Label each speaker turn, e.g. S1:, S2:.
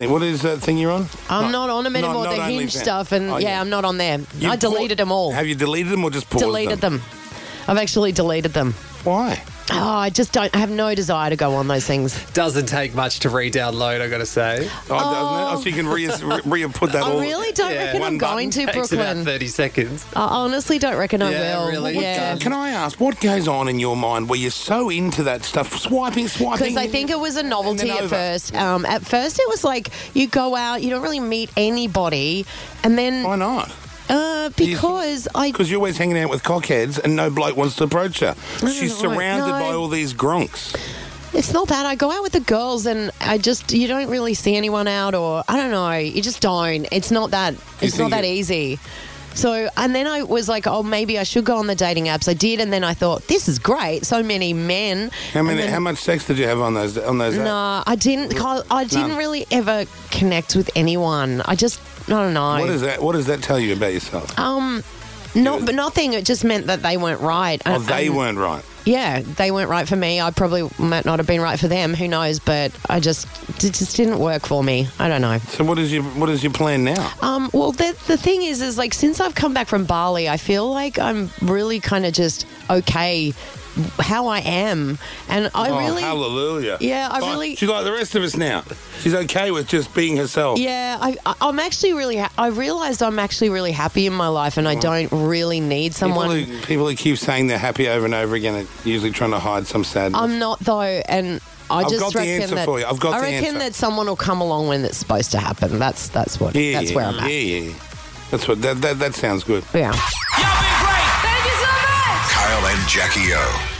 S1: And what is that thing you're on?
S2: I'm not on them anymore.
S1: not
S2: the hinge
S1: OnlyFans.
S2: stuff, and
S1: Oh,
S2: yeah, I'm not on there.
S1: You
S2: I
S1: paw-
S2: deleted them all.
S1: Have you deleted them or just paused
S2: Deleted them. I've actually deleted them.
S1: Why?
S2: Oh, I just don't. I have no desire to go on those things.
S3: Doesn't take much to re-download, I gotta say.
S1: Oh, doesn't it? Oh, so you can re- re- re- put that all.
S2: I really don't reckon I'm
S3: one
S2: going to
S3: Takes about
S2: Brooklyn. I
S3: thirty seconds.
S2: honestly don't reckon I
S3: Yeah,
S2: will.
S3: really?
S2: Yeah.
S1: Can I ask what goes on in your mind where you're so into that stuff, swiping, swiping?
S2: Because I think it was a novelty
S1: then
S2: at
S1: over.
S2: first. Um, at first, it was like you go out, you don't really meet anybody, and
S1: Why
S2: then
S1: not?
S2: uh, because I
S1: Because you're always hanging out with cockheads and no bloke wants to approach her. She's
S2: no, no,
S1: surrounded
S2: no.
S1: by all these gronks.
S2: It's not that I go out with the girls and I just you don't really see anyone out or I don't know you just don't. It's not that it's
S1: think
S2: not that
S1: it-
S2: easy. So and then I was like, oh, maybe I should go on the dating apps. I did, and then I thought this is great. So many men.
S1: How
S2: And
S1: many?
S2: then-
S1: how much sex did you have on those? On those?
S2: No, I didn't. I didn't
S1: None.
S2: really ever connect with anyone. I just I don't know.
S1: What is that? What does that tell you about yourself?
S2: Um, not but nothing. It just meant that they weren't right.
S1: oh,
S2: And-
S1: they
S2: and-
S1: weren't right.
S2: yeah, they weren't right for me. I probably might not have been right for them. Who knows? But I just it just didn't work for me. I don't know.
S1: So what is your what is your plan now?
S2: Um, well, the the thing is, is like since I've come back from Bali, I feel like I'm really kind of just okay how I am, and I
S1: oh,
S2: really.
S1: hallelujah!
S2: Yeah, I
S1: Oh,
S2: really-
S1: She's like the rest of us now. She's okay with just being herself.
S2: yeah, I, I- I'm actually really. Ha- I realized I'm actually really happy in my life, and I don't really need
S1: Oh. People
S2: someone.
S1: who, people who keep saying they're happy over and over again are usually trying to hide some sadness.
S2: I'm not though, and I
S1: I've
S2: just
S1: got the
S2: reckon
S1: answer
S2: that
S1: for you. I've got
S2: I
S1: the
S2: reckon
S1: answer.
S2: that someone will come along when it's supposed to happen. That's that's what.
S1: yeah,
S2: that's
S1: yeah,
S2: where I'm at.
S1: Yeah, yeah. That's what that, that that sounds good.
S2: yeah.
S4: Thank you so much.
S5: Kyle and Jackie O.